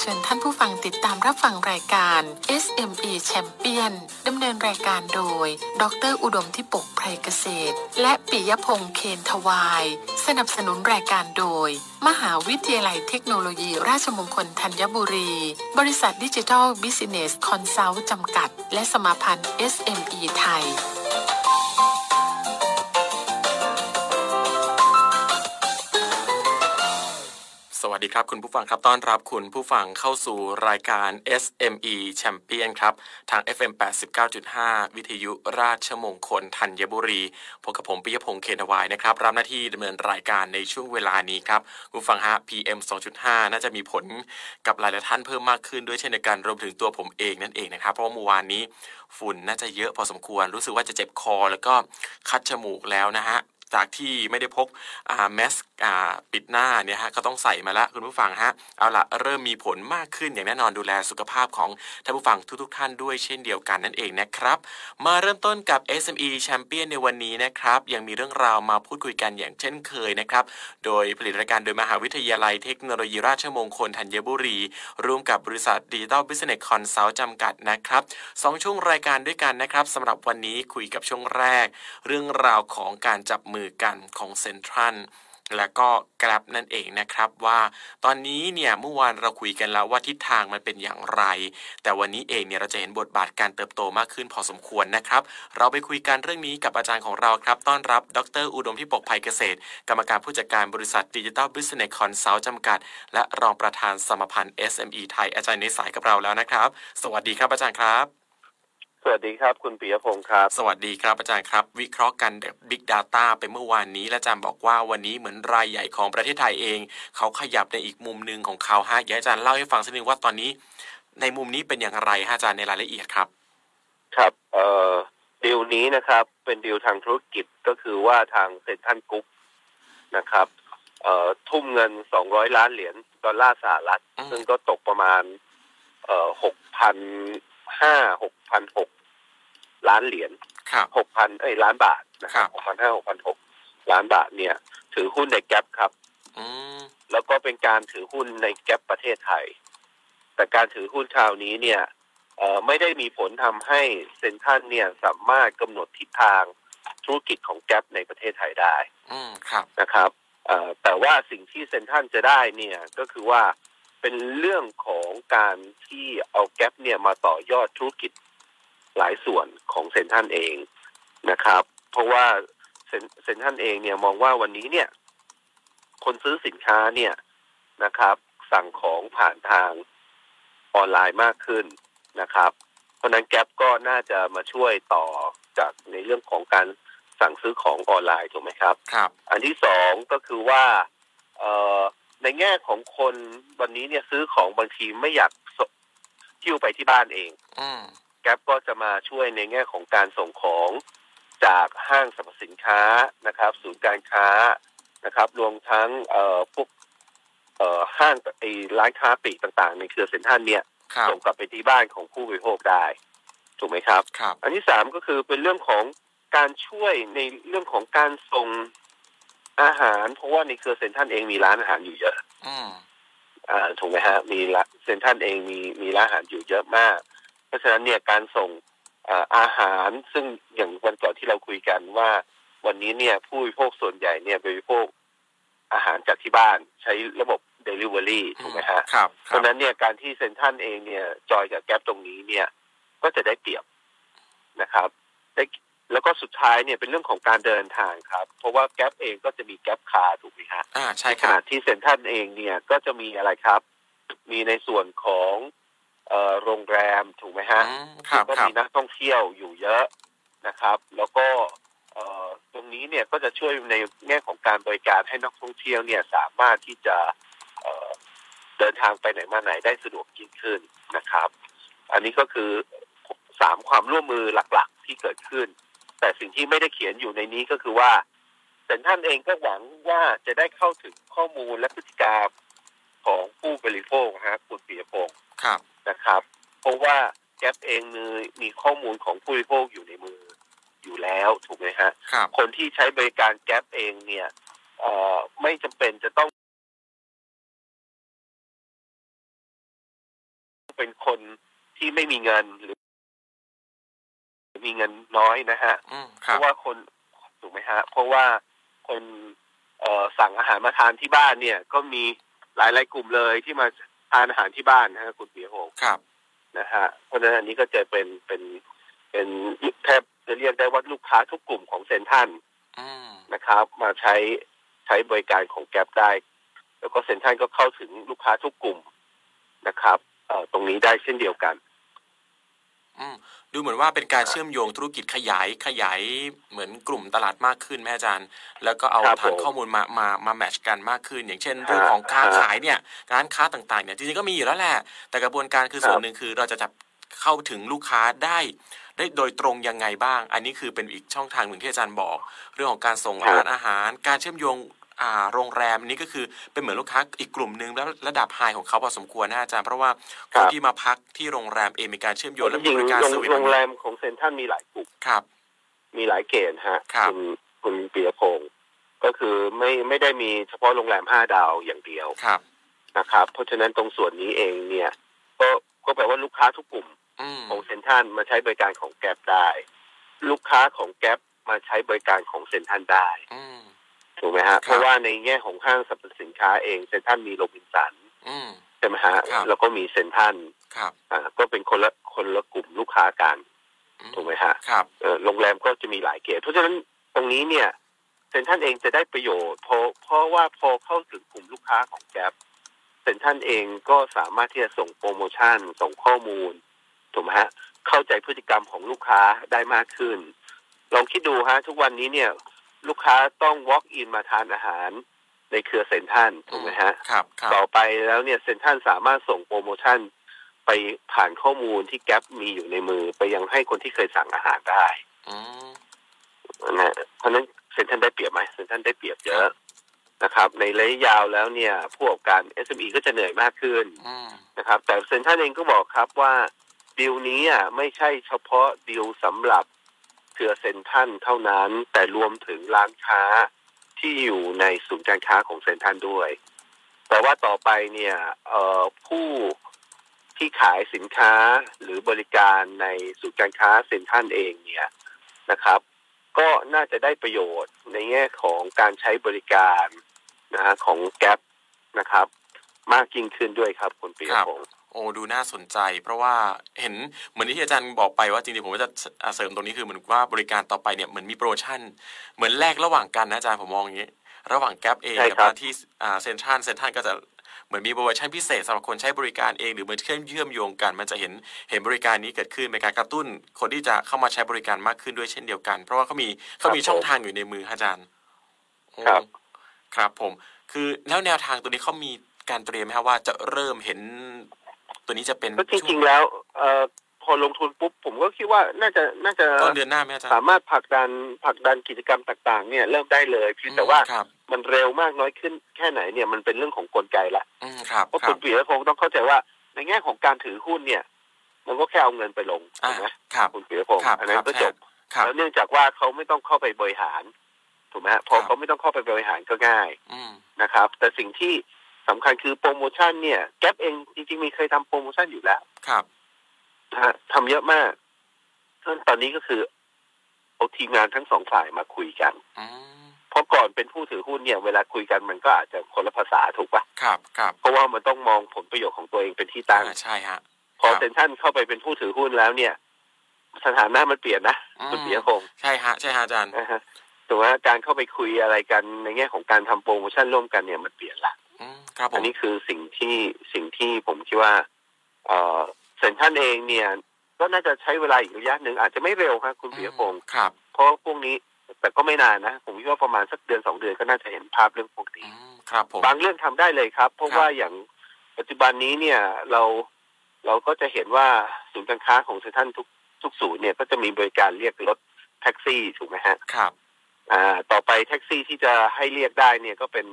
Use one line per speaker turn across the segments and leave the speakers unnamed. เชิญท่านผู้ฟังติดตามรับฟังรายการ SME Champion ดำเนินรายการโดย ดร อุดมทิปกไพรเกษตร และปิยพงษ์เคนทวาย สนับสนุนรายการโดย มหาวิทยาลัยเทคโนโลยี ราชมงคลธัญบุรี บริษัทดิจิทัลบิสเนสคอนซัลท์จำกัด และสมาพันธ์ SME ไทย
สวัสดีครับคุณผู้ฟังครับต้อนรับคุณผู้ฟังเข้าสู่รายการ SME Champion ครับ ทาง FM 89.5 วิทยุราชมงคลธัญบุรีพบกับผมปิยพงษ์เคนวายนะครับรับหน้าที่ดำเนินรายการในช่วงเวลานี้ครับคุณผู้ฟังฮะ PM 2.5 น่าจะมีผลกับหลายๆท่านเพิ่มมากขึ้นด้วยเช่นเดียวกันรวมถึงตัวผมเองนั่นเองนะครับเพราะว่าเมื่อวานนี้ฝุ่นน่าจะเยอะพอสมควร รู้สึกว่าจะเจ็บคอ แล้วก็คัดจมูกแล้วนะฮะ จากที่ไม่ได้พกอ่าแมสก์อ่าปิดหน้าเนี่ยฮะก็ต้องใส่มาละคุณผู้ฟังฮะเอาละเริ่มมีผลมากขึ้นอย่างแน่นอนดูแลสุขภาพของท่านผู้ฟังทุกๆ ท่านด้วยเช่นเดียวกันนั่นเองนะครับ มาเริ่มต้นกับ SME Champion ในวันนี้นะครับ ยังมีเรื่องราวมาพูดคุยกันอย่างเช่นเคยนะครับ โดยผลิตรายการโดยมหาวิทยาลัยเทคโนโลยีราชมงคลธัญบุรี ร่วมกับบริษัทดิจิทัลบิสเนสคอนซัลท์จำกัดนะครับสองช่วงรายการด้วยกันนะครับสำหรับวันนี้คุยกับช่วงแรก เรื่องราวของการจับมือกันของเซ็นทรัลและก็ Grab นั่นเองนะครับว่า ตอนนี้เนี่ยเมื่อวานเราคุยกันแล้วว่าทิศทางมันเป็นอย่างไร แต่วันนี้เองเนี่ยเราจะเห็นบทบาทการเติบโตมากขึ้นพอสมควรนะครับ เราไปคุยกันเรื่องนี้กับอาจารย์ของเราครับ ต้อนรับดร อุดมที่ปกภัยเกษตร กรรมการผู้จัดการบริษัทดิจิทัลบิสเนสคอนซัลท์จำกัด และรองประธานสมพันธ์ SME ไทยอาจารย์ในสายกับเราแล้วนะครับ สวัสดีครับอาจารย์ครับ
สวัสดีครับ คุณปิยพงศ์ครับ
สวัสดีครับอาจารย์ครับ วิเคราะห์กันแบบ Big Data ไปเมื่อวานนี้ และอาจารย์บอกว่าวันนี้เหมือนรายใหญ่ของประเทศไทยเอง เขาขยับในอีกมุมหนึ่งของเขาฮะอยากให้อาจารย์เล่าให้ฟังสักนิดนึงว่าตอนนี้ ในมุมนี้เป็นอย่างไรฮะอาจารย์ในรายละเอียดครับ
ครับเอ่อดีลนี้นะครับ เป็นดีลทางธุรกิจก็คือว่าทางเซ็นทรัลกรุ๊ปนะครับเอ่อทุ่มเงิน 200 ล้านเหรียญดอลลาร์สหรัฐ
อืม
ซึ่งก็ตกประมาณเอ่อ6,500 6,600 ล้านเหรียญ
ครับ
6,000 เอ้ยล้านบาทนะครั
ครับ บ
6,500 6,600 ล้านบาทเนี่ย ถือหุ้นในแกลบครับ
อืม
แล้วก็เป็นการถือหุ้นในแกลบประเทศไทย แต่การถือหุ้นคราวนี้เนี่ยเอ่อไม่ได้มีผลทำให้เซ็นทรัลเนี่ยสามารถกำหนดทิศทางธุรกิจของแกลบในประเทศไทยได้
อืมครับ
นะครับเอ่อแต่ว่าสิ่งที่เซ็นทรัลจะได้เนี่ยก็คือว่าเป็นเรื่องของการที่เอาแกลบเนี่ยมาต่อยอดธุรกิจหลายส่วนของเซ็นทรัลเองนะครับ เพราะว่าเซ็นเซ็นทรัลเองเนี่ยมองว่าวันนี้เนี่ย คนซื้อสินค้าเนี่ยนะครับ สั่งของผ่านทางออนไลน์มากขึ้นนะครับ เพราะฉะนั้นแกลบก็น่าจะมาช่วยต่อจากในเรื่องของการสั่งซื้อของออนไลน์ถูกไหมครับ
ครับ
อันที่สองก็คือว่าเอ่อในแง่ของคนวันนี้เนี่ยซื้อของบางทีไม่อยากสหิ้วไปที่บ้านเอง
อืม
แกลบก็จะมาช่วยในแง่ของการส่งของจากห้างสรรพสินค้านะครับ ศูนย์การค้านะครับ รวมทั้งเอ่อพวกเอ่อห้างไอ้ร้านค้าปลีกต่างๆ ในเครือเซ็นทรัลเนี่ย
ครับ
ส่งกลับไปที่บ้านของผู้บริโภคได้ ถูกไหมครับ
ครับ
อันที่สามก็คือเป็นเรื่องของการช่วยในเรื่องของการส่งอาหาร เพราะว่าในเครือเซ็นทรัลเองมีร้านอาหารอยู่เยอะ
อืม
อ่าถูกไหมฮะมีละเซนทรันเองมีมีร้านอาหารอยู่เยอะมาก เพราะฉะนั้นเนี่ยการส่งอ่าอาหารซึ่งอย่างวันก่อนที่เราคุยกันว่า วันนี้เนี่ยผู้บริโภคส่วนใหญ่เนี่ยบริโภคอาหารจากที่บ้านใช้ระบบ Delivery ถูกไหมฮะ
ครับ
เพ
ครั
ราะ
บ
ฉะนั้นเนี่ยการที่เซนทรันเองเนี่ยจอยกับแก๊ปตรงนี้เนี่ยก็จะได้เปรียบนะครับได้แล้วก็สุดท้ายเนี่ยเป็นเรื่องของการเดินทางครับ เพราะว่าแก๊ปเองก็จะมีแก๊ปคาร์ถูกไหมฮะ
อ่าใช่
ใน
ค
ข
รั
ณะ
บ
ที่เซ็นทรัลเองเนี่ยก็จะมีอะไรครับ มีในส่วนของเอ่อโรงแรมถูกไหม
อื
ฮะ
มครับ
ก็
ครับ
มีนักท่องเที่ยวอยู่เยอะนะครับ แล้วก็เอ่อตรงนี้เนี่ยก็จะช่วยในแง่ของการบริการให้นักท่องเที่ยวเนี่ยสามารถที่จะเอ่อเดินทางไปไหนมาไหนได้สะดวกยิ่งขึ้นนะครับ อันนี้ก็คือสามความร่วมมือหลักๆที่เกิดขึ้น แต่สิ่งที่ไม่ได้เขียนอยู่ในนี้ก็คือว่าเซ็นท่านเองก็หวังว่าจะได้เข้าถึงข้อมูลและพฤติกรรมของผู้บริโภคนะฮะคุณปียพงศ์
ครับ
นะครับ เพราะว่าแก๊ปเองมีมีข้อมูลของผู้บริโภคอยู่ในมืออยู่แล้วถูกไหมฮะ
ครับ
คนที่ใช้บริการแก๊ปเองเนี่ยเอ่อไม่จำเป็นจะต้อง เป็นคนที่ไม่มีเงินหรือมีเงินน้อยนะฮะ
อืมค
เพ
รับ
ราะว่าคนถูกไหมฮะ เพราะว่าคนเอ่อสั่งอาหารมาทานที่บ้านเนี่ย ก็มีหลาย ๆ กลุ่มเลยที่มาทานอาหารที่บ้านนะฮะคุณปียโหง
ครับ
นะฮะเพราะฉะนั้นอันนี้ก็จะเป็นเป็นเป็นแทบจะเรียกได้ว่าลูกค้าทุกกลุ่มของเซนทรัน
อืม
นะครับ มาใช้ใช้บริการของแกร็บได้ แล้วก็เซนทรันก็เข้าถึงลูกค้าทุกกลุ่มนะครับเอ่อตรงนี้ได้เช่นเดียวกัน
อืมดูเหมือนว่าเป็นการเชื่อมโยงธุรกิจขยายขยายเหมือนกลุ่มตลาดมากขึ้นแม่อาจารย์ แล้วก็เอา
ครับ
ฐาน
ผม
ข้อมูลมามามาแมทช์กันมากขึ้น อย่างเช่น เรื่อง
ฮะ
ของค้า
ฮะ
ขายเนี่ยร้านค้าต่างๆเนี่ยจริงๆก็มีอยู่แล้วแหละ แต่กระบวนการคือ
ครับ
ส่วนหนึ่งคือเราจะจับเข้าถึงลูกค้าได้ ได้โดยตรงยังไงบ้าง อันนี้คือเป็นอีกช่องทางหนึ่งที่อาจารย์บอก เรื่องของการส่ง
ครับ
ร้านอาหาร การเชื่อมโยงอ่าโรงแรมนี่ก็คือเป็นเหมือนลูกค้าอีกกลุ่มหนึ่งแล้วระดับไฮของเขาพอสมควรนะอาจารย์เพราะว่าคนที่มาพักที่โรงแรมเองมีการเชื่อมโยงและมีบริการ
โรง
เซอร์วิส
โรงแรมของเซนทรันมีหลายกลุ่ม
ครับ
มีหลายเกณฑ์ฮะ
ครับ
ณคุณปียพงศ์ก็คือไม่ไม่ได้มีเฉพาะโรงแรมห้าดาวอย่างเดียว
ครับ
นะครับ เพราะฉะนั้นตรงส่วนนี้เองเนี่ย ก็ก็แปลว่าลูกค้าทุกกลุ่ม
อืม
ของเซ็นทรันมาใช้บริการของแกร็บได้ ลูกค้าของแกร็บมาใช้บริการของเซ็นทรันได้
อืม
ถูกไหมฮะเพ
ครั
ราะ
บ
ว่าในแง่ของห้างสรรพสินค้าเองเซ็นทรันมีโรบินสัน
อืม
ใช่ไหมฮะ
ครับ
แล้วก็มีเซ็นทรัน
ครับ
อ่าก็เป็นคนละคนละกลุ่มลูกค้ากัน
อื
ถูกไหมฮะ
ครับ
เอ่อโรงแรมก็จะมีหลายเกรดเพราะฉะนั้นตรงนี้เนี่ยเซ็นทรันเองจะได้ประโยชน์เพราะเพราะว่าพอเข้าถึงกลุ่มลูกค้าของแกร็บเซ็นทรันเองก็สามารถที่จะส่งโปรโมชั่น ส่งข้อมูลถูกไหมฮะเข้าใจพฤติกรรมของลูกค้าได้มากขึ้น ลองคิดดูฮะทุกวันนี้เนี่ย ลูกค้าต้อง walk in มาทานอาหารในเครือเซ็นทรันถูกไหมฮะ
ครับครับ
ต่อไปแล้วเนี่ยเซ็นทรันสามารถส่งโปรโมชั่น ไปผ่านข้อมูลที่แกร็บมีอยู่ในมือ ไปยังให้คนที่เคยสั่งอาหารได้
อืม
นะฮะเพราะฉะนั้นเซ็นทรันได้เปรียบไหมเซ็นทรันได้เปรียบเยอะนะครับ ในระยะยาวแล้วเนี่ยผู้ประกอบการ SME ก็จะเหนื่อยมากขึ้น
อืม
นะครับ แต่เซ็นทรันเองก็บอกครับว่าดีลนี้อ่ะไม่ใช่เฉพาะดีลสำหรับเครือเซ็นทรันเท่านั้น แต่รวมถึงร้านค้าที่อยู่ในศูนย์การค้าของเซ็นทรันด้วย แต่ว่าต่อไปเนี่ยเอ่อผู้ที่ขายสินค้าหรือบริการในศูนย์การค้าเซ็นทรันเองเนี่ยนะครับ ก็น่าจะได้ประโยชน์ในแง่ของการใช้บริการนะฮะของแก๊ปนะครับ มากยิ่งขึ้นด้วยครับคุณปีย
ครับ
พงศ์
โอ้ดูน่าสนใจ เพราะว่าเห็นเหมือนที่อาจารย์บอกไปว่าจริงๆผมก็จะอ่าเสริมตรงนี้คือเหมือนว่าบริการต่อไปเนี่ยเหมือนมีโปรโมชั่น เหมือนแลกระหว่างกันนะอาจารย์ผมมองอย่างนี้ ระหว่างแกร็บเองกัร้านที่อ่าเซ็นทรัลเซ็นทรัลก็จะเหมือนมีโปรโมชั่นพิเศษสำหรับคนใช้บริการเองหรือเหมือนเชื่อมเชื่อมโยงกัน มันจะเห็นเห็นบริการนี้เกิดขึ้นเป็นการกระตุ้นคนที่จะเข้ามาใช้บริการมากขึ้นด้วยเช่นเดียวกัน เพราะว่าเขามีเขามีช่องทางอยู่ในมือฮะอาจารย์
ครับ
ครับผมคือแล้วแนวทางตัวนี้เขามีการเตรียมไหมครับว่าจะเริ่มเห็นตัวนี้จะเป็น
ก็จ
ช่ว
ริงๆแล้วเอ่อพอลงทุนปุ๊บผมก็คิดว่าน่าจะน่าจะ
ต้นเดือนหน้าไหมอาจารย์
สามารถผลักดันผลักดันกิจกรรมต่าง ๆ เนี่ยเริ่มได้เลยเพียงแต่ว่า
อืมครับ
มันเร็วมากน้อยขึ้นแค่ไหนเนี่ยมันเป็นเรื่องของกลไกละ
อืมครับ
เพราะ
ครั
คุณ
บ
ปียพงศ์ต้องเข้าใจว่าในแง่ของการถือหุ้นเนี่ย มันก็แค่เอาเงินไปลง
อ่า
ถูกไหม
ครับ
คุณปียพงศ์
ครับ
อัน
ค
นั้
รับ
นก็จบ
ครับ
แล้วเนื่องจากว่าเขาไม่ต้องเข้าไปบริหารถูกไหมฮะพอเขาไม่ต้องเข้าไปบริหารก็ง่าย
อืม
นะครับ แต่สิ่งที่สำคัญคือโปรโมชั่นเนี่ยแก๊ปเองจริงๆมีเคยทำโปรโมชั่นอยู่แล้ว
ครับ
นะฮะทำเยอะมากซึ่งตอนนี้ก็คือเอาทีมงานทั้งสองฝ่ายมาคุยกัน
อืม
เพราะก่อนเป็นผู้ถือหุ้นเนี่ย เวลาคุยกันมันก็อาจจะคนละภาษาถูกปะ
ครับครับ
เพราะว่ามันต้องมองผลประโยชน์ของตัวเองเป็นที่ตั้ง
อ่าใช่ฮะ
พอ
ครับ
เซ็นทรันเข้าไปเป็นผู้ถือหุ้นแล้วเนี่ย สถานะมันเปลี่ยนนะ
อื
คุณ
ม
เปียพงษ์
ใช่ฮะใช่ฮะอาจารย์
นะฮะแต่ว่าการเข้าไปคุยอะไรกันในแง่ของการทำโปรโมชั่นร่วมกันเนี่ยมันเปลี่ยนละ
อืมครับผ
อัน
ม
นี้คือสิ่งที่สิ่งที่ผมคิดว่าเอ่อเซนทรันเองเนี่ย ก็น่าจะใช้เวลาอีกระยะหนึ่งอาจจะไม่เร็วครับคุณปิยพงศ์
ครับ
เพราะพวกนี้แต่ก็ไม่นานนะ ผมคิดว่าประมาณสักเดือนสองเดือนก็น่าจะเห็นภาพเรื่องพวก
อื
นี้
มครับผม
บางเรื่องทำได้เลยครับ เพ
ค
ราะ
รับ
ว่าอย่างปัจจุบันนี้เนี่ยเราเราก็จะเห็นว่าศูนย์การค้าของเซนทรันทุกทุกศูนย์เนี่ยก็จะมีบริการเรียกรถแท็กซี่ถูกไหมฮะ
ครับ
อ่าต่อไปแท็กซี่ที่จะให้เรียกได้เนี่ยก็เป็น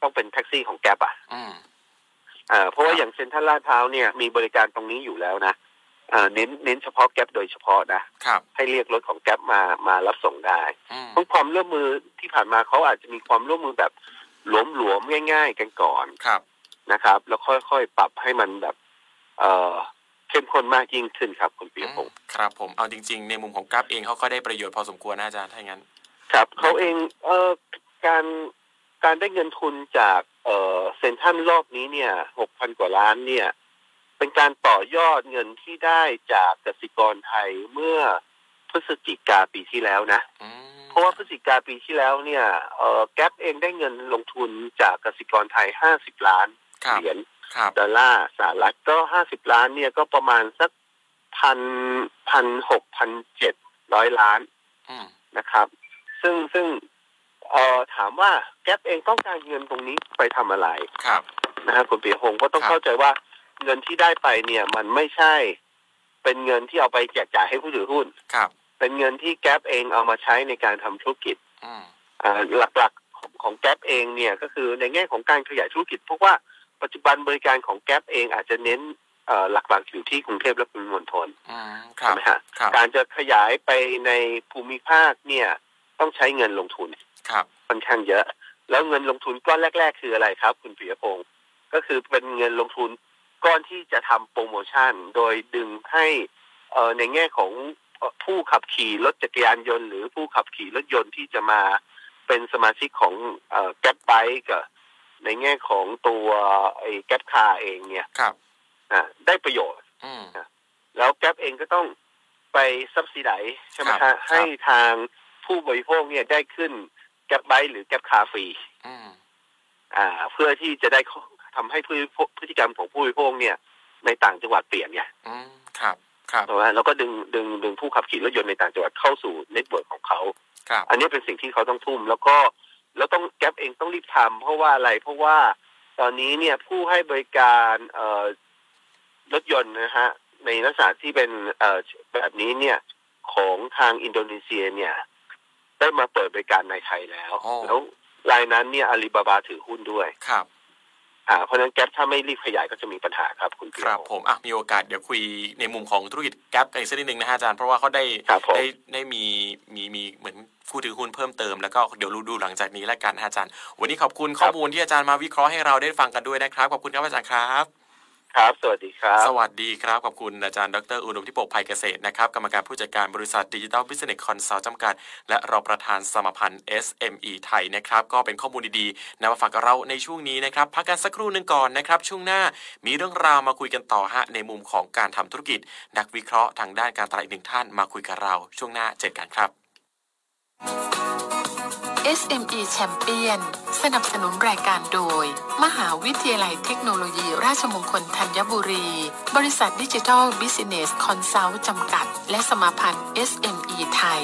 ต้องเป็นแท็กซี่ของแกร็บอ่ะ
อืม
อ่าเพราะว่า
ครับ
อย่างเซ็นทรัลลาดพร้าวเนี่ยมีบริการตรงนี้อยู่แล้วนะอ่าเน้นเน้นเฉพาะแกร็บโดยเฉพาะนะครับให้เรียกรถของแกร็บมามารับส่งได้
อืม
เพราะความร่วมมือที่ผ่านมาเขาอาจจะมีความร่วมมือแบบหลวมๆง่าย ๆ กันก่อน
ครับ
นะครับ แล้วค่อยๆปรับให้มันแบบ เอ่อ เข้มข้นมากยิ่งขึ้นครับคุณปียพงศ์
ครับผมเอาจริง ๆ ในมุมของกราฟเองเขาก็ได้ประโยชน์พอสมควรนะอาจารย์ถ้าอย่างนั้น
ครับเขาเองเอ่อการการได้เงินทุนจากเอ่อเซ็นทรัลรอบนี้เนี่ยหกพันกว่าล้านเนี่ย เป็นการต่อยอดเงินที่ได้จากกสิกรไทยเมื่อพฤศจิกาปีที่แล้วนะ
อืม
เพราะว่าพฤศจิกาปีที่แล้วเนี่ยเอ่อแกลเองได้เงินลงทุนจากกสิกรไทยห้าสิบล้าน
ครับ
เหรียญ
ครับ
ดอลลาร์สหรัฐก็ห้าสิบล้านเนี่ยก็ประมาณสักพันพันหกพันเจ็ดร้อยล้าน
อืม
นะครับซึ่งซึ่งเอ่อถามว่าแก๊ปเองต้องการเงินตรงนี้ไปทำอะไร
ครับ
นะฮะคุณปียพงศ์ก็ต้อง
ครับ
เข้าใจว่าเงินที่ได้ไปเนี่ย มันไม่ใช่เป็นเงินที่เอาไปแจกจ่ายให้ผู้ถือหุ้น
ครับ
เป็นเงินที่แก๊ปเองเอามาใช้ในการทำธุรกิจ
อืม
อ่าหลักๆของของแก๊ปเองเนี่ยก็คือในแง่ของการขยายธุรกิจเพราะว่าปัจจุบันบริการของแก๊ปเองอาจจะเน้นเอ่อหลักๆอยู่ที่กรุงเทพและปริมณฑล
อืมครั
ใช่
บ
ไหมฮะ
ครับ
การจะขยายไปในภูมิภาคเนี่ยต้องใช้เงินลงทุน
ครับ
ค่อนข้างเยอะ แล้วเงินลงทุนก้อนแรก ๆ คืออะไรครับ คุณปิยพงศ์ก็คือเป็นเงินลงทุนก้อนที่จะทำโปรโมชั่น โดยดึงให้เอ่อในแง่ของเอ่อผู้ขับขี่รถจักรยานยนต์ หรือผู้ขับขี่รถยนต์ที่จะมาเป็นสมาชิกของแก๊ปไบกับในแง่ของตัวไอ้แก๊ปคาเองเนี่ย
ครับ
อ่ะได้ประโยชน์
อืม
แล้วแก๊ปเองก็ต้องไปซับซิไดใช่ไหม
ครับ
ฮะให้ทางผู้บริโภคเนี่ยได้ขึ้นแก๊ปไบหรือแก๊ปคาฟรี
อืม
อ่าเพื่อที่จะได้ข้อทำให้ผู้พฤติกรรมของผู้บริโภคเนี่ย ในต่างจังหวัดเปลี่ยนไง
อืมครับครับ
ถูกไหมแล้วก็ดึงดึงดึงผู้ขับขี่รถยนต์ในต่างจังหวัดเข้าสู่เน็ตเวิร์กของเขา
ครับ
อันนี้เป็นสิ่งที่เขาต้องทุ่ม แล้วก็แล้วต้องแก๊ปเองต้องรีบทำเพราะว่าอะไรเพราะว่าตอนนี้เนี่ยผู้ให้บริการเอ่อรถยนต์นะฮะ ในลักษณะที่เป็นเอ่อแบบนี้เนี่ยของทางอินโดนีเซียเนี่ย ได้มาเปิดบริการในไทยแล้วแล้วรายนั้นเนี่ยอาลีบาบาถือหุ้นด้วย
ครับ
อ่าเพราะฉะนั้นแก๊ปถ้าไม่รีบขยายก็จะมีปัญหาครับคุณเปีย
ครับ
โน
ผมอ่ะมีโอกาสเดี๋ยวคุยในมุมของธุรกิจแกลบกันอีกสักนิดนึงนะฮะอาจารย์เพราะว่าเขาได้
ครับผม
ได้ได้มีมีมีเหมือนผู้ถือหุ้นเพิ่มเติมแล้วก็เดี๋ยวรู้ดูหลังจากนี้แล้วกันนะฮะอาจารย์ วันนี้ขอบคุณข้อมูลที่อาจารย์มาวิเคราะห์ให้เราได้ฟังกันด้วยนะครับขอบคุณครับอาจารย์ครับ
ครับ สวัสดีครับ
สวัสดีครับ ขอบคุณอาจารย์ดรอุดมที่ปกภัยเกษตรนะครับ กรรมการผู้จัดการบริษัทดิจิ t a ลบิสเนสคอนซัลท์จำกัด และรองประธานสมาพันธ์ SME ไทยนะครับ ก็เป็นข้อมูลดีๆนำมาฝากกับเราในช่วงนี้นะครับ พักกันสักครู่หนึ่งก่อนนะครับ ช่วงหน้ามีเรื่องราวมาคุยกันต่อฮะ ในมุมของการทำธุรกิจ นักวิเคราะห์ทางด้านการตลาดอีกหนึ่งท่านมาคุยกับเรา ช่วงหน้าเจอกันครับ
SME แชมเปี o n สนับสนุนรายการโดย มหาวิทยาลัยเทคโนโลยี ราชมงคลธัญบุรี บริษัทดิจิทัลบิสเนสคอนซัลท์จำกัด และสมาพันธ์ SME ไทย